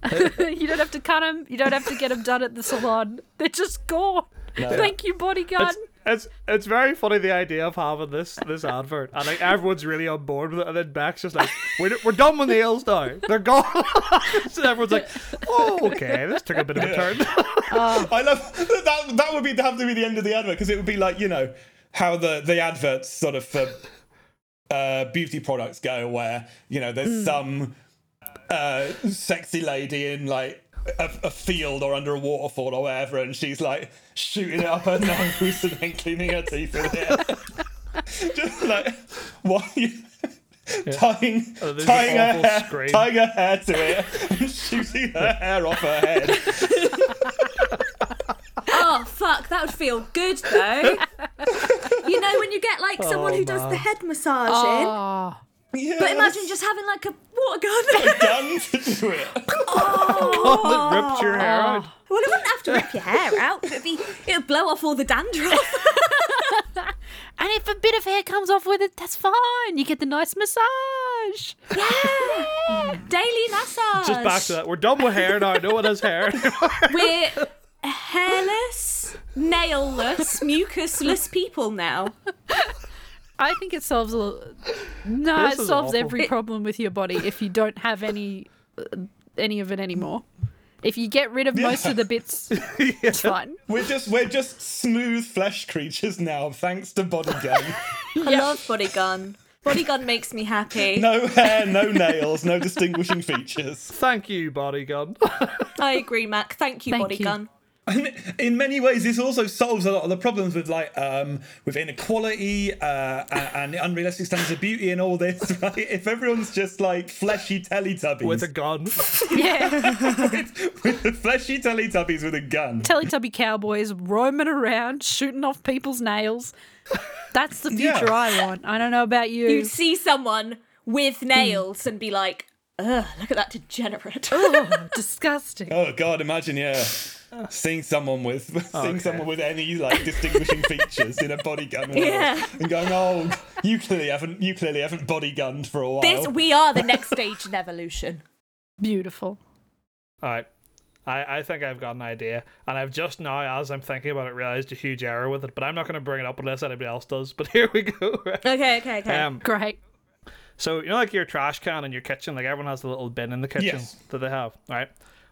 S5: you don't have to cut them. You don't have to get them done at the salon. They're just gone. Thank you, bodyguard.
S4: It's, it's it's very funny the idea of having this this advert and like everyone's really on board with it and then Beck's just like we're, we're done with nails now they're gone so everyone's like oh okay this took a bit of a turn
S2: I love that. That would be have to be the end of the advert because it would be like you know how the the adverts sort of for uh, beauty products go, where you know there's some uh, sexy lady in like a, a field or under a waterfall or whatever, and she's like shooting it up her nose and then cleaning her teeth with it. Just like why are you tying
S4: Oh, there's
S2: tying
S4: an
S2: her
S4: awful
S2: hair,
S4: scream.
S2: tying her hair to it and shooting her hair off her head.
S3: Oh fuck, that would feel good though. you know when you get like
S4: Oh,
S3: someone who does the head massage in,
S5: Oh,
S3: but
S2: Yeah.
S3: imagine just having like a water gun.
S2: done to do it.
S4: that ripped your hair out
S3: well, it wouldn't have to rip your hair out. It'd be it'd blow off all the dandruff.
S5: and if a bit of hair comes off with it, that's fine. You get the nice massage.
S3: yeah. Daily massage.
S4: just back to that we're done with hair now no one has hair
S3: We're hairless, nailless, mucusless people now.
S5: I think it solves a l- no, it
S4: This is
S5: solves
S4: awful.
S5: every problem with your body if you don't have any uh, any of it anymore. If you get rid of most of the bits, it's fine.
S2: We're just we're just smooth flesh creatures now, thanks to body gun.
S3: I love body gun. Body gun makes me happy.
S2: No hair, no nails, no distinguishing features.
S4: thank you body gun
S3: I agree, Mac. Thank you,
S5: Thank
S3: body
S5: you.
S3: gun.
S2: And in many ways, this also solves a lot of the problems with like um with inequality uh, a- and unrealistic standards of beauty and all this. Right? If everyone's just like fleshy Teletubbies
S4: with a gun
S5: Yeah,
S2: with fleshy Teletubbies with a gun.
S5: Teletubby cowboys roaming around, shooting off people's nails. That's the
S2: Yeah.
S5: future I want. I don't know about you.
S3: You'd see someone with nails and be like, ugh, look at that degenerate.
S5: oh, disgusting.
S2: Oh God! Imagine, yeah, seeing someone with seeing someone with any like distinguishing features in a body gun, world
S3: Yeah.
S2: and going, "Oh, you clearly haven't you clearly haven't body gunned for a while."
S3: this, we are the next stage in evolution.
S5: Beautiful.
S4: All right. I, I think I've got an idea, and I've just now, as I'm thinking about it, realized a huge error with it. But I'm not going to bring it up unless anybody else does. But here we go. right?
S3: Okay, okay, okay.
S4: Um,
S5: Great.
S4: so you know, like your trash can in your kitchen, like everyone has the little bin in the kitchen
S2: Yes.
S4: that they have, right?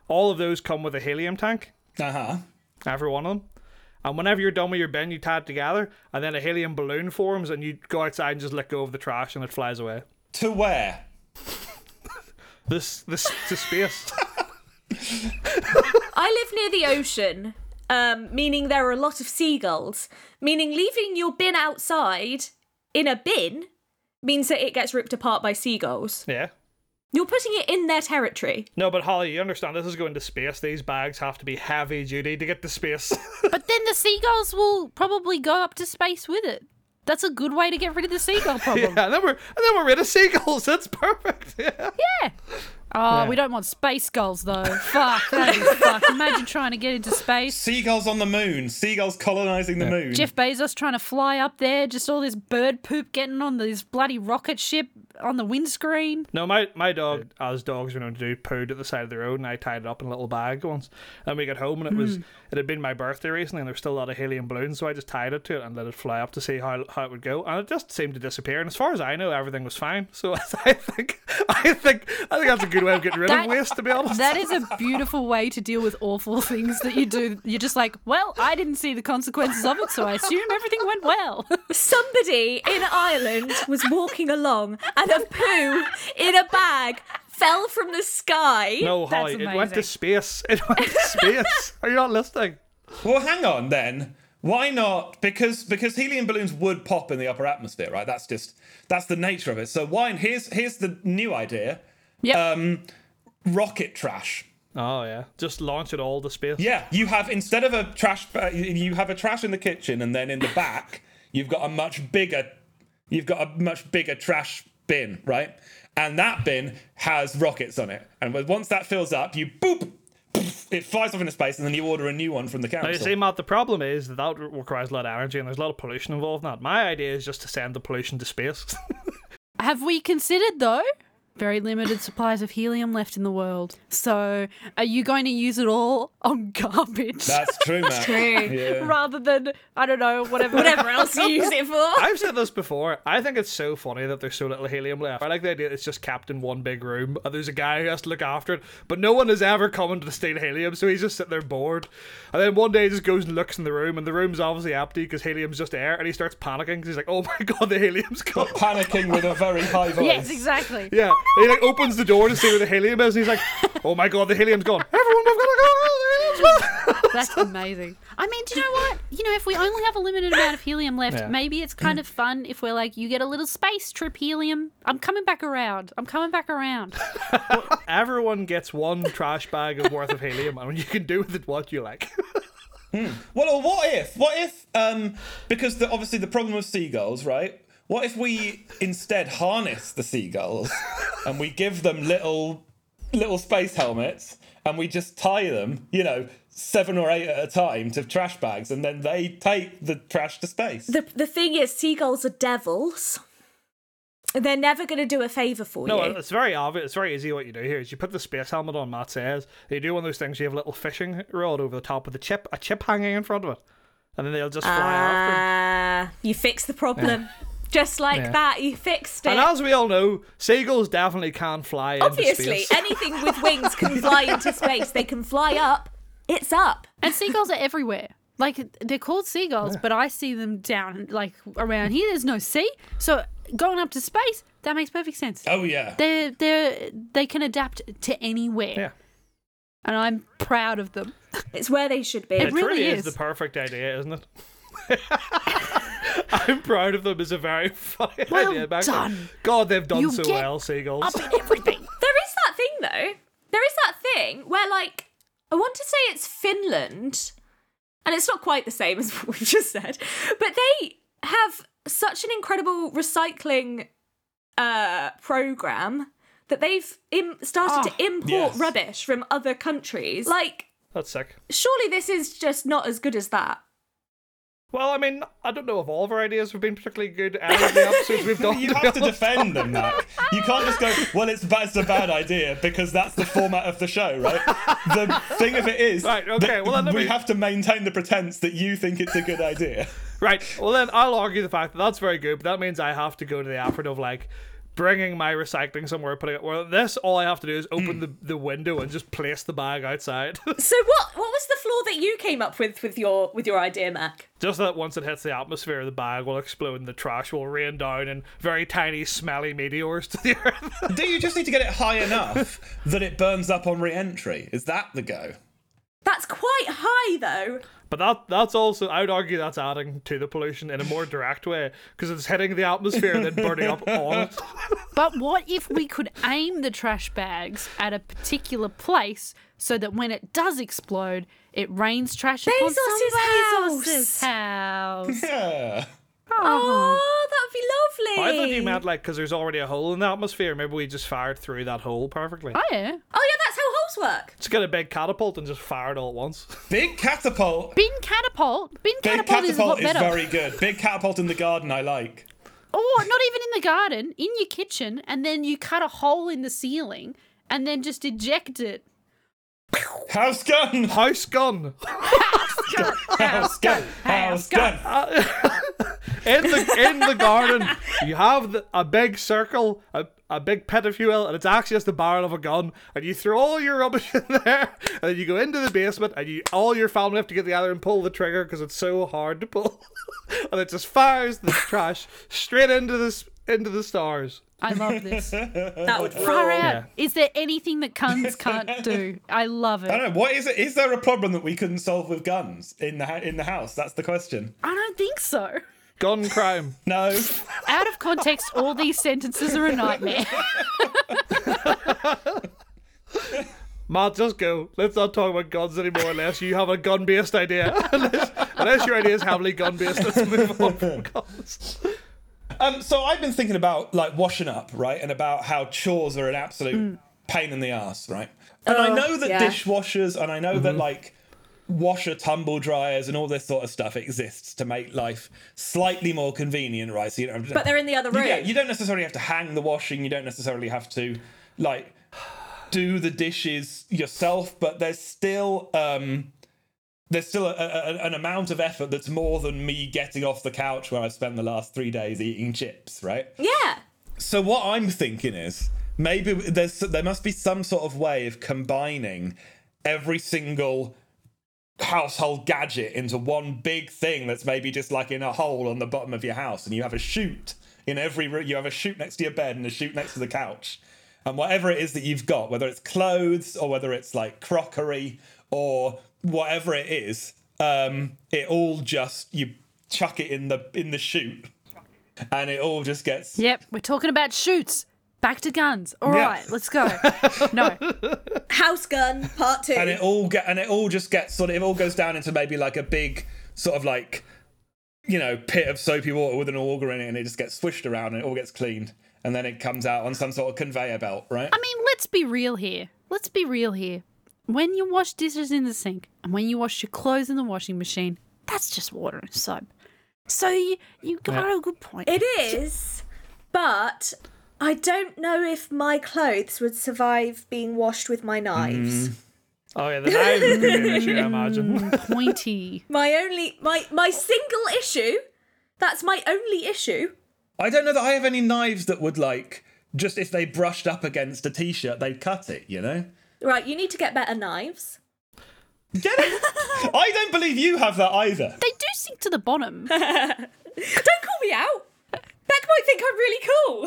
S4: All of those come with a helium tank,
S2: Uh huh.
S4: every one of them. And whenever you're done with your bin, you tie it together, and then a helium balloon forms, and you go outside and just let go of the trash, and it flies away.
S2: To where?
S4: This this to space.
S3: I live near the ocean, um, meaning there are a lot of seagulls, meaning leaving your bin outside in a bin means that it gets ripped apart by seagulls.
S4: yeah.
S3: You're putting it in their territory.
S4: No, but Holly, you understand this is going to space. These bags have to be heavy duty to get to space.
S5: But then the seagulls will probably go up to space with it. That's a good way to get rid of the seagull problem.
S4: Yeah, and then we're and then we're rid of seagulls. That's perfect. Yeah.
S5: Oh, we don't want space skulls though. fuck, that is fuck. Imagine trying to get into space.
S2: Seagulls on the moon. Seagulls colonizing the moon.
S5: Jeff Bezos trying to fly up there, just all this bird poop getting on this bloody rocket ship on the windscreen.
S4: No, my my dog, as dogs are known to do, pooed at the side of the road, and I tied it up in a little bag once. And we got home, and it was it had been my birthday recently, and there was still a lot of helium balloons, so I just tied it to it and let it fly up to see how how it would go, and it just seemed to disappear. And as far as I know, everything was fine. So I think I think I think that's a good way of getting rid
S5: That-
S4: of waste, to be honest.
S5: That is a beautiful way to deal with awful things that you do. You're just like, well, I didn't see the consequences of it, so I assume everything went well.
S3: Somebody in Ireland was walking along and a poo in a bag fell from the sky.
S4: no,
S5: That's
S4: Holly, it went to
S5: amazing.
S4: space. It went to space. Are you not listening?
S2: Well, hang on then. Why not? Because because helium balloons would pop in the upper atmosphere, right? That's just that's the nature of it. So why? Here's here's the new idea: Um,
S5: Yep.
S2: Uh, rocket trash.
S4: Oh yeah, just launch it all to space.
S2: Yeah, you have instead of a trash, ba- you have a trash in the kitchen, and then in the back you've got a much bigger, you've got a much bigger trash bin, right? And that bin has rockets on it, and when- once that fills up, you boop, poof, it flies off into space, and then you order a new one from the
S4: Now,
S2: council.
S4: you see, Matt, the problem is that that requires a lot of energy and there's a lot of pollution involved in that. My idea is just to send the pollution to space.
S5: Have we considered though? Very limited supplies of helium left in the world. So, are you going to use it all on garbage?
S2: That's true, Matt. Yeah.
S5: Rather than, I don't know, whatever,
S3: Whatever else you use it for.
S4: I've said this before. I think it's so funny that there's so little helium left. I like the idea that it's just kept in one big room and there's a guy who has to look after it, but no one has ever come in to steal helium, so he's just sitting there bored. And then one day he just goes and looks in the room, and the room's obviously empty because helium's just air, and he starts panicking because he's like, oh my god, the helium's gone.
S2: Panicking with a very high voice.
S5: Yes, exactly.
S4: Yeah, and he like opens the door to see where the helium is, and he's like, "Oh my god, the helium's gone! Everyone, we've got to go! The helium's gone!"
S5: That's amazing. I mean, do you know what? You know, if we only have a limited amount of helium left,
S4: Yeah.
S5: maybe it's kind of fun if we're like, you get a little space trip helium. I'm coming back around. I'm coming back around.
S4: Everyone gets one trash bag of worth of helium, and you can do with it what you like.
S2: Well, or what if? What if? Um, because the, obviously the problem with seagulls, right? What if we instead harness the seagulls and we give them little little space helmets and we just tie them, you know, seven or eight at a time to trash bags, and then they take the trash to space.
S3: The, the thing is, seagulls are devils. They're never going to do a favour for
S4: No,
S3: you.
S4: it's very obvious. It's very easy. What you do here is you put the space helmet on. Matt says you do one of those things. You have a little fishing rod over the top of the chip, a chip hanging in front of it, and then they'll just fly after. it.
S3: Ah, you fix the problem. Just like
S4: Yeah.
S3: that, you fixed it.
S4: And as we all know, seagulls definitely can fly
S3: Obviously,
S4: into space.
S3: anything with wings can fly into space. They can fly up. It's up.
S5: And seagulls are everywhere. Like they're called seagulls, but I see them down like around here. There's no sea, so going up to space that makes perfect sense.
S2: oh yeah.
S5: They they they can adapt to anywhere.
S4: Yeah.
S5: And I'm proud of them.
S3: It's where they should be.
S5: It
S4: It
S5: really
S4: truly is.
S5: is.
S4: the perfect idea, isn't it? I'm proud of them. Is a very funny
S5: Well
S4: idea. Back
S5: done.
S4: God, they've done
S5: You
S4: so
S5: get
S4: well, seagulls.
S5: Up in everything.
S3: There is that thing though. There is that thing where like I want to say it's Finland, and it's not quite the same as what we've just said, but they have such an incredible recycling uh program that they've Im- started to import
S2: yes.
S3: rubbish from other countries. Like
S4: That's sick.
S3: surely this is just not as good as that.
S4: Well, I mean, I don't know if all of our ideas have been particularly good out of the episodes we've done.
S2: You have to defend them, Mac. You can't just go, well, it's, ba- it's a bad idea because that's the format of the show, right? The thing of it is,
S4: Right, okay,
S2: that
S4: well, then let
S2: we
S4: me-
S2: have to maintain the pretense that you think it's a good idea.
S4: Right. Well, then I'll argue the fact that that's very good, but that means I have to go to the effort of like bringing my recycling somewhere, putting it. Well, this all I have to do is open the, the window and just place the bag outside.
S3: So what what was the flaw that you came up with with your with your idea, Mac?
S4: just that once it hits the atmosphere, the bag will explode and the trash will rain down in very tiny, smelly meteors to the earth.
S2: Do you just need to get it high enough that it burns up on re-entry? Is that the go?
S3: That's quite high though.
S4: but that that's also I would argue that's adding to the pollution in a more direct way because it's hitting the atmosphere and then burning up on it.
S5: But what if we could aim the trash bags at a particular place so that when it does explode, it rains trash upon
S3: Bezos's
S5: somebody else's house?
S2: Yeah.
S3: Oh, that would be
S4: I
S3: lovely.
S4: thought you meant like because there's already a hole in the atmosphere. Maybe we just fired through that hole perfectly.
S5: Oh yeah.
S3: Oh yeah, that's how holes work.
S4: Just get a big catapult and just fire it all at once.
S2: Big catapult.
S5: Bin catapult. Bin
S2: Big
S5: catapult, is a lot
S2: catapult is
S5: better.
S2: very good. Big catapult in the garden, I like.
S5: Or not even in the garden, in your kitchen, and then you cut a hole in the ceiling and then just eject it.
S2: House gun.
S4: House gun
S2: House gun. House gun.
S4: in the in the garden. You have the, a big circle, a, a big pit if you will, and it's actually just the barrel of a gun. And you throw all your rubbish in there, and then you go into the basement, and you all your family have to get together and pull the trigger because it's so hard to pull. and it just fires the trash straight into this into the stars.
S5: I love this.
S3: That would
S5: Far
S3: rule.
S5: out.
S4: Yeah.
S5: Is there anything that guns can't do? I love it.
S2: I don't know. What is it? Is there a problem that we couldn't solve with guns in the ha- in the house? That's the question.
S5: I don't think so.
S4: Gun crime.
S2: No.
S5: Out of context, all these sentences are a nightmare.
S4: Matt, just go. Let's not talk about guns anymore unless you have a gun based idea. unless, unless your idea is heavily gun based, let's move on from guns.
S2: Um, so I've been thinking about like washing up, right, and about how chores are an absolute pain in the ass, right? And I
S3: Hmm. Oh,
S2: know that
S3: yeah. Mm-hmm.
S2: dishwashers and I know that like washer tumble dryers and all this sort of stuff exists to make life slightly more convenient, right? So you don't.
S3: But they're in the other room.
S2: Yeah, you don't necessarily have to hang the washing. You don't necessarily have to like do the dishes yourself. But there's still um, there's still a, a, a- an amount of effort that's more than me getting off the couch where I've spent the last three days eating chips, right?
S3: yeah.
S2: So what I'm thinking is maybe there's there must be some sort of way of combining every single household gadget into one big thing that's maybe just like in a hole on the bottom of your house and you have a chute in every room you have a chute next to your bed and a chute next to the couch and whatever it is that you've got whether it's clothes or whether it's like crockery or whatever it is um it all just you chuck it in the in the chute and it all just gets
S5: yep, we're talking about shoots. Back to guns. All
S2: Yeah.
S5: right, let's go. No,
S3: House gun part two.
S2: and it all get and it all just gets sort of it all goes down into maybe like a big sort of like you know pit of soapy water with an auger in it and it just gets swished around and it all gets cleaned and then it comes out on some sort of conveyor belt right
S5: I mean, let's be real here. Let's be real here. When you wash dishes in the sink and when you wash your clothes in the washing machine, that's just water and soap. So you, you got a good point.
S3: It is, but I don't know if my clothes would survive being washed with my knives.
S4: Oh, yeah, the knives is going to be an issue, I imagine.
S5: Pointy.
S3: My only my my single issue, that's my only issue.
S2: i don't know that i have any knives that would like just if they brushed up against a t-shirt they'd cut it you know
S3: Right, you need to get better knives.
S2: get it i don't believe you have that either
S5: They do sink to the bottom.
S3: Don't call me out. Beck might think I'm really cool.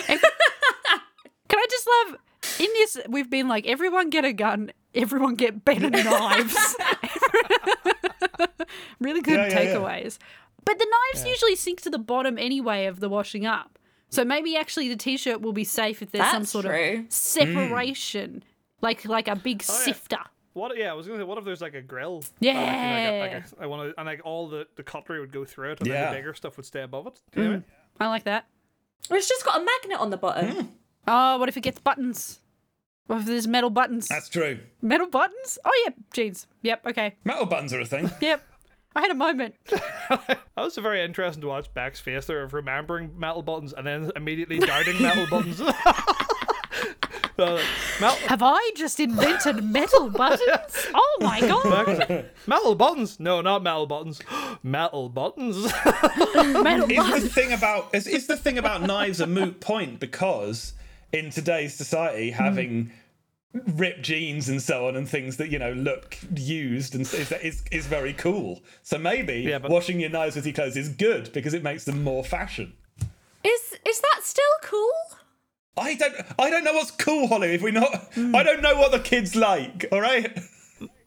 S5: Can I just love in this? We've been like, everyone get a gun, everyone get better knives. really good
S2: Yeah, yeah, yeah.
S5: takeaways. But the knives usually sink to the bottom anyway of the washing up. So maybe actually the t-shirt will be safe if there's some
S3: That's
S5: sort
S3: true.
S5: of separation,
S4: Mm.
S5: like like a big sifter.
S4: What? Yeah, I was going to say, what if there's Oh, like a grill?
S5: Yeah.
S4: Like,
S5: Eh.
S4: like, a- I want to, and like all the, the cutlery would go through it, and
S2: Yeah.
S4: then the bigger stuff would stay above it. Do you know what I mean?
S5: I like that.
S3: Well, it's just got a magnet on the
S2: Hmm.
S3: bottom.
S5: Oh, what if it gets buttons? What if there's metal buttons?
S2: that's true
S5: metal buttons? Oh yeah, jeans. Yep. Okay.
S2: metal buttons are a thing
S5: Yep. I had a moment.
S4: That was very interesting to watch Beck's face there of remembering metal buttons and then immediately darting metal buttons. Uh, metal,
S5: Have I just invented metal buttons? Oh my god!
S4: metal buttons? No, not metal buttons. metal buttons.
S5: Metal
S2: is
S5: buttons.
S2: the thing about is, is the thing about knives a moot point because in today's society having ripped jeans and so on and things that you know look used and is is, is very cool so maybe
S4: but-
S2: washing your knives with your clothes is good because it makes them more fashion
S3: Is is that still cool?
S2: I don't. I don't know what's cool, Holly. If we not, I don't know what the kids like. All right.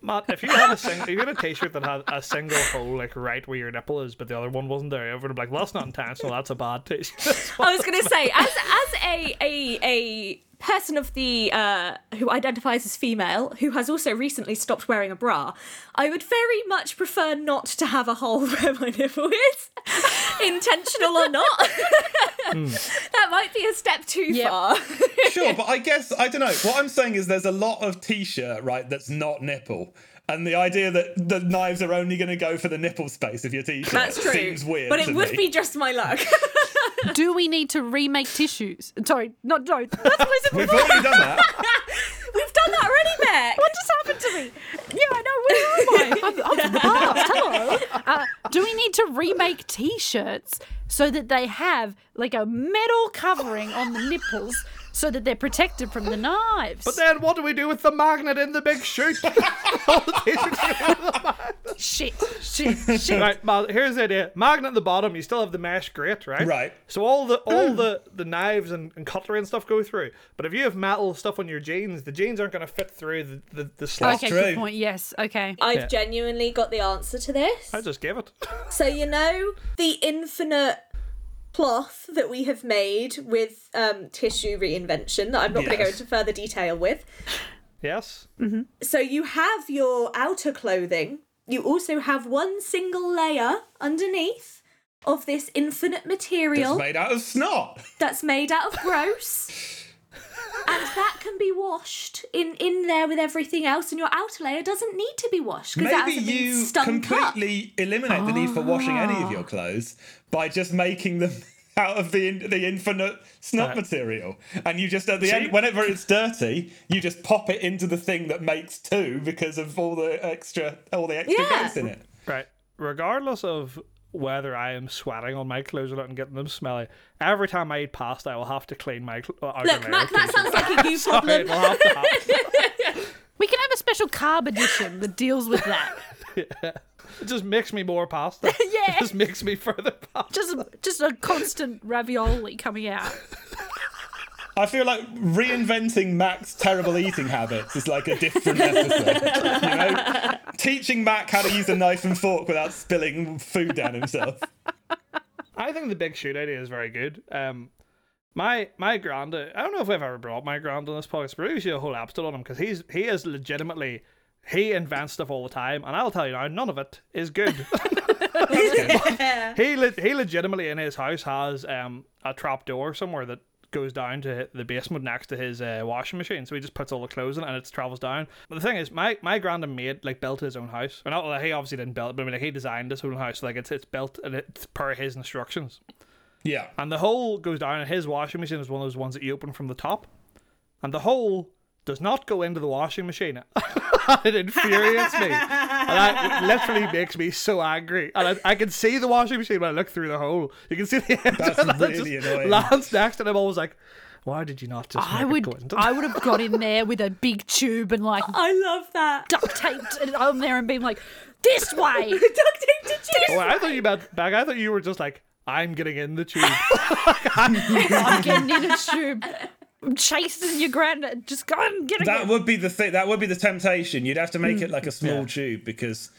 S4: Matt, if you had a single, you had a T-shirt that had a single hole like right where your nipple is, but the other one wasn't there, everyone would be like, well, "That's not intentional. That's a bad T-shirt."
S3: I was gonna say, as as a a a person of the uh, who identifies as female, who has also recently stopped wearing a bra, I would very much prefer not to have a hole where my nipple is, intentional or not.
S2: Hmm.
S3: that might be a step too
S5: Yep.
S3: far.
S2: Sure, but I guess I don't know. What I'm saying is there's a lot of t-shirt, right, that's not nipple. And the idea that the knives are only going to go for the nipple space of your t-shirt
S3: That's true.
S2: seems weird.
S3: but it
S2: to
S3: would
S2: me.
S3: be just my luck.
S5: Do we need to remake tissues? Sorry, not no. That's what I said
S2: We've
S5: before.
S2: already done that.
S3: We've done that already, Beck.
S5: What just happened to me? Yeah, I know. Where am I? I'm, I'm from the past. Hello. Uh, do we need to remake T-shirts so that they have like a metal covering on the nipples so that they're protected from the knives?
S4: then what do we do with the magnet in the big chute? All the t-shirts-
S5: shit, shit, shit.
S4: Right, Mal, here's the idea. Magnet at the bottom, you still have the mesh grate, right?
S2: Right.
S4: So all the all the, the knives and, and cutlery and stuff go through. But if you have metal stuff on your jeans, the jeans aren't gonna fit through the, the, the slot.
S5: okay,
S2: true.
S5: good point. Yes, okay.
S3: I've genuinely got the answer to this.
S4: I just gave it.
S3: So you know the infinite cloth that we have made with um, tissue reinvention that I'm not going to go
S2: Yes.
S3: into further detail with.
S4: yes.
S3: So you have your outer clothing. You also have one single layer underneath of this infinite
S2: It's
S3: material
S2: made out of snot.
S3: that's made out of gross. and that can be washed in in there with everything else and your outer layer doesn't need to be washed because that
S2: Maybe
S3: hasn't been
S2: you
S3: stunk up. Ah.
S2: completely eliminate the need for washing any of your clothes by just making them out of the in- the infinite snot material, and you just at the
S4: See?
S2: end, whenever it's dirty, you just pop it into the thing that makes two because of all the extra all the extra
S3: Yeah.
S2: goes in it.
S4: Right. Regardless of whether I am sweating on my clothes or not and getting them smelly, every time I eat pasta, I will have to clean my cl- outer
S3: Look,
S4: layer
S3: Mac, that
S4: occasionally.
S3: sounds like a you
S4: Sorry,
S3: problem.
S4: it will have to happen.
S5: We can have a special carb edition that deals with that.
S4: It just makes me more pasta.
S5: Yeah.
S4: It just makes me further pasta.
S5: Just, just a constant ravioli coming out.
S2: I feel like reinventing Mac's terrible eating habits is like a different episode. you know, teaching Mac how to use a knife and fork without spilling food down himself.
S4: I think the big shoot idea is very good. Um, my my granda, I don't know if I've ever brought my granda on this podcast, but we should do a whole episode on him because he's he is legitimately he invents stuff all the time, and I'll tell you now, none of it is good. he le- he legitimately in his house has um a trap door somewhere that goes down to the basement next to his uh, washing machine so he just puts all the clothes in it and it travels down but the thing is my my granda made like built his own house well, not, he obviously didn't build it but I mean like, he designed his own house like it's it's built and it's per his instructions
S2: Yeah.
S4: and the hole goes down and his washing machine is one of those ones that you open from the top and the hole does not go into the washing machine it infuriates me and I, it literally makes me so angry and I, I can see the washing machine when I look through the hole you can see the end
S2: That's
S4: and I
S2: really
S4: just
S2: annoying.
S4: lands next and I'm always like why did you not just
S5: I
S4: make it go
S5: would,
S4: into
S5: I would have got in there with a big tube and like
S3: I love that.
S5: duct taped it on there and been like, this way.
S3: Duct tape to cheese.
S4: oh, I thought you meant back I thought you were just like I'm getting in the tube
S5: I'm getting in a tube. I'm chasing your granddad. Just go and get it.
S2: That would be the thing. That would be the temptation. You'd have to make it like a small tube because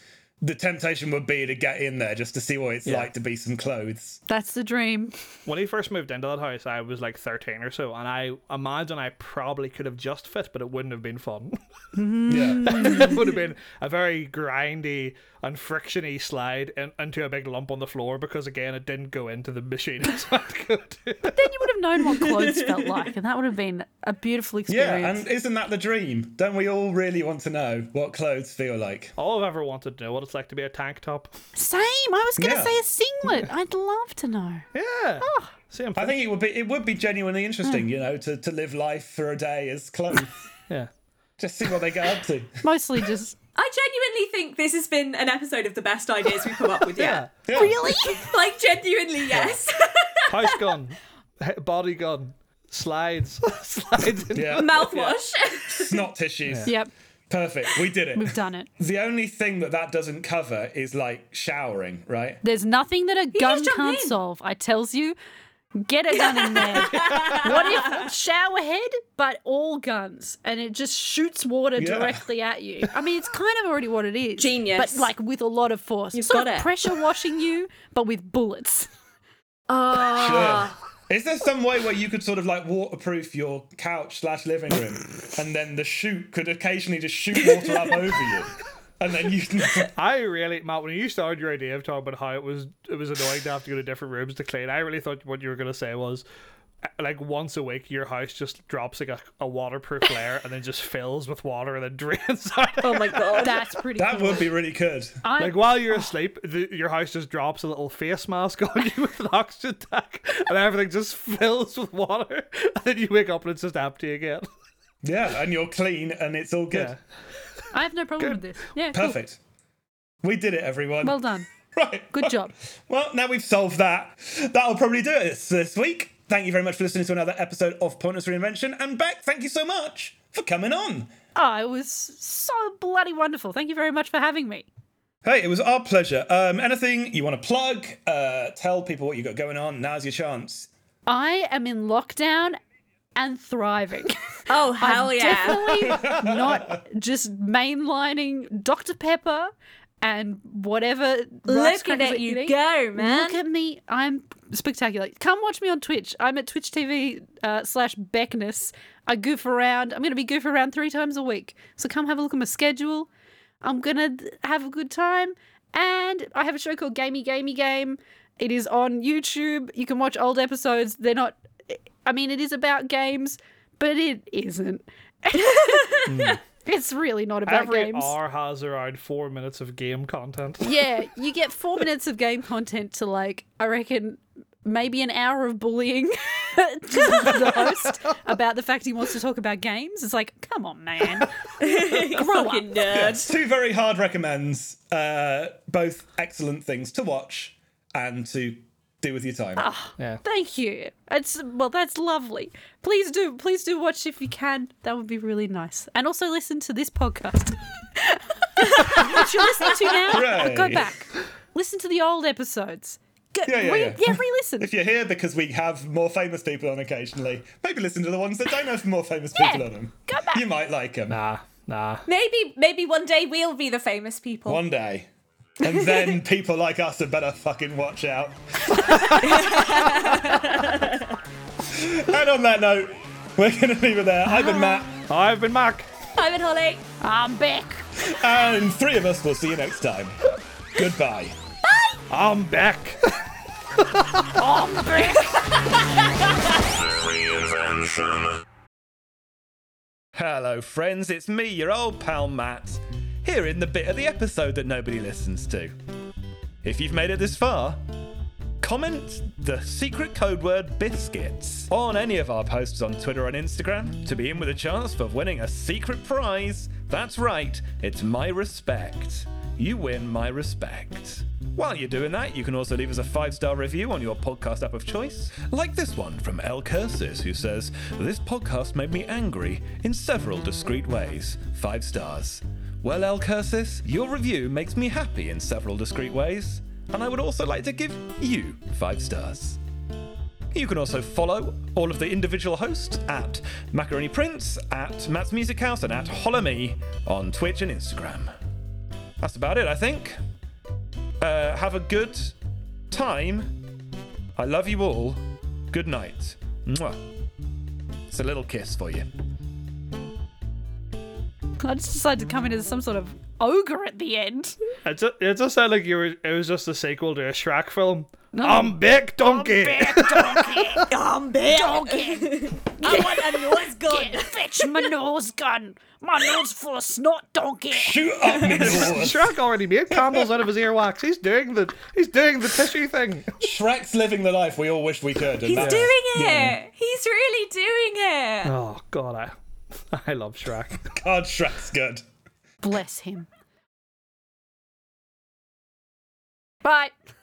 S2: the temptation would be to get in there just to see what it's like to be some clothes.
S5: That's the dream.
S4: When he first moved into that house, I was like 13 or so, and I imagine I probably could have just fit, but it wouldn't have been fun.
S2: Yeah.
S4: it would have been a very grindy and frictiony slide in, into a big lump on the floor because, again, it didn't go into the machine. So I could-
S5: Then you would have known what clothes felt like, and that would have been a beautiful
S2: Yeah,
S5: experience.
S2: and isn't that the dream? Don't we all really want to know what clothes feel like?
S4: All I've ever wanted to know what it's like to be a tank top.
S5: Same. I was going to
S2: Yeah.
S5: say a singlet. I'd love to know.
S4: Yeah. Same
S2: I
S4: thing.
S2: think it would be it would be genuinely
S5: Hmm.
S2: interesting, you know, to, to live life for a day as clothes.
S4: Yeah.
S2: just see what they get up to.
S5: Mostly just.
S3: I genuinely think this has been an episode of the best ideas we've come up with
S4: Yeah.
S3: yet.
S2: Yeah.
S5: Really?
S3: like genuinely, yes.
S4: House gun, he- body gun, slides, slides. Into-
S2: Yeah.
S3: Mouthwash.
S2: Snot tissues.
S5: yep.
S2: Perfect. We did it.
S5: We've done it.
S2: The only thing that that doesn't cover is like showering, right?
S5: There's nothing that a gun
S3: just jump
S5: can't
S3: in. solve,
S5: solve. I tells you, get a gun in there. what if shower head, but all guns, and it just shoots water
S2: Yeah.
S5: directly at you? I mean, it's kind of already what it is.
S3: Genius.
S5: but like with a lot of force.
S3: You've
S5: sort
S3: got
S5: of
S3: it.
S5: pressure washing you, but with bullets.
S3: Oh,
S5: Ah.
S2: Is there some way where you could sort of like waterproof your couch slash living room, and then the chute could occasionally just shoot water up over you, and then you can
S4: I really, Matt, when you started your idea of talking about how it was it was annoying to have to go to different rooms to clean, I really thought what you were going to say was uh, like once a week your house just drops like a, a waterproof layer and then just fills with water and then drains out.
S3: oh my god.
S5: That's pretty.
S2: that
S5: cool.
S2: would be really good.
S5: I,
S4: Like while you're asleep, the, your house just drops a little face mask on you with an oxygen tank, and everything just fills with water. And then you wake up and it's just empty again.
S2: Yeah, and you're clean, and it's all good.
S4: Yeah.
S5: I have no problem with this. Yeah, cool.
S2: Perfect. We did it, everyone.
S5: Well done.
S2: right.
S5: Good job.
S2: Well, now we've solved that. That'll probably do it this, this week. Thank you very much for listening to another episode of Pointless Reinvention. And Beck, thank you so much for coming on.
S5: Oh, it was so bloody wonderful. Thank you very much for having me.
S2: Hey, it was our pleasure. Um, anything you want to plug? Uh, tell people what you got going on. Now's your chance.
S5: I am in lockdown and thriving.
S3: Oh hell
S5: I'm
S3: yeah!
S5: Definitely not just mainlining Dr. Pepper and whatever. Rice
S3: Look at
S5: Krispies
S3: it,
S5: you're
S3: you
S5: eating.
S3: go, man.
S5: Look at me. I'm spectacular. Come watch me on Twitch. I'm at Twitch TV uh, slash Beckness. I goof around. I'm going to be goofing around three times a week. So come have a look at my schedule. I'm going to have a good time. And I have a show called Gamey Gamey Game. It is on YouTube. You can watch old episodes. They're not, I mean, it is about games, but it isn't. It's really not about
S4: Every
S5: games.
S4: hour has around four minutes of game content.
S5: Yeah, you get four minutes of game content to like, I reckon, maybe an hour of bullying to the host about the fact he wants to talk about games. It's like, come on, man. Grow up.
S3: Fucking nerd.
S2: It's two very hard recommends. Uh, both excellent things to watch and to do with your time.
S5: Ah. Thank you. It's well, that's lovely. Please do, please do watch if you can. That would be really nice. And also listen to this podcast. Which you're listening to now.
S2: Hooray.
S5: Go back. Listen to the old episodes. Go,
S2: Yeah, yeah,
S5: re,
S2: yeah.
S5: re-listen.
S2: If you're here because we have more famous people on occasionally, maybe listen to the ones that don't have more famous people on them.
S5: go back.
S2: You might like them
S4: Nah, nah.
S3: Maybe maybe one day we'll be the famous people.
S2: one day. And then people like us had better fucking watch out. and on that note, we're going to leave it there. I've been Matt,
S4: I've been Mac.
S3: I'm in Holly.
S5: I'm back.
S2: and three of us will see you next time. Goodbye.
S4: I'm back.
S1: Reinvention.
S2: Hello, friends. It's me, your old pal Matt, here in the bit of the episode that nobody listens to. If you've made it this far, comment the secret code word biscuits on any of our posts on Twitter and Instagram to be in with a chance for winning a secret prize. That's right, it's my respect. You win my respect. While you're doing that, you can also leave us a five star review on your podcast app of choice, like this one from El Cursis, who says, This podcast made me angry in several discreet ways. Five stars. Well, El Cursis, your review makes me happy in several discreet ways, and I would also like to give you five stars. You can also follow all of the individual hosts at Macaroni Prince, at Matt's Music House, and at Hollow Me on Twitch and Instagram. That's about it, I think. Uh, have a good time. I love you all. Good night. Mwah. It's a little kiss for you.
S5: I just decided to come in as some sort of ogre at the end.
S4: It just, it just sounded like you were. It was just a sequel to a Shrek film. I'm back, donkey.
S3: I'm big. I want a nose gun.
S5: Fetch my nose gun. My nose full of snot, donkey.
S2: Shoot up,
S4: Shrek already made candles out of his earwax. He's doing the he's doing the tissue thing.
S2: Shrek's living the life we all wished we could.
S3: He's doing it. He's really doing it.
S4: Oh God, I I love Shrek.
S2: God, Shrek's good.
S5: Bless him. Bye.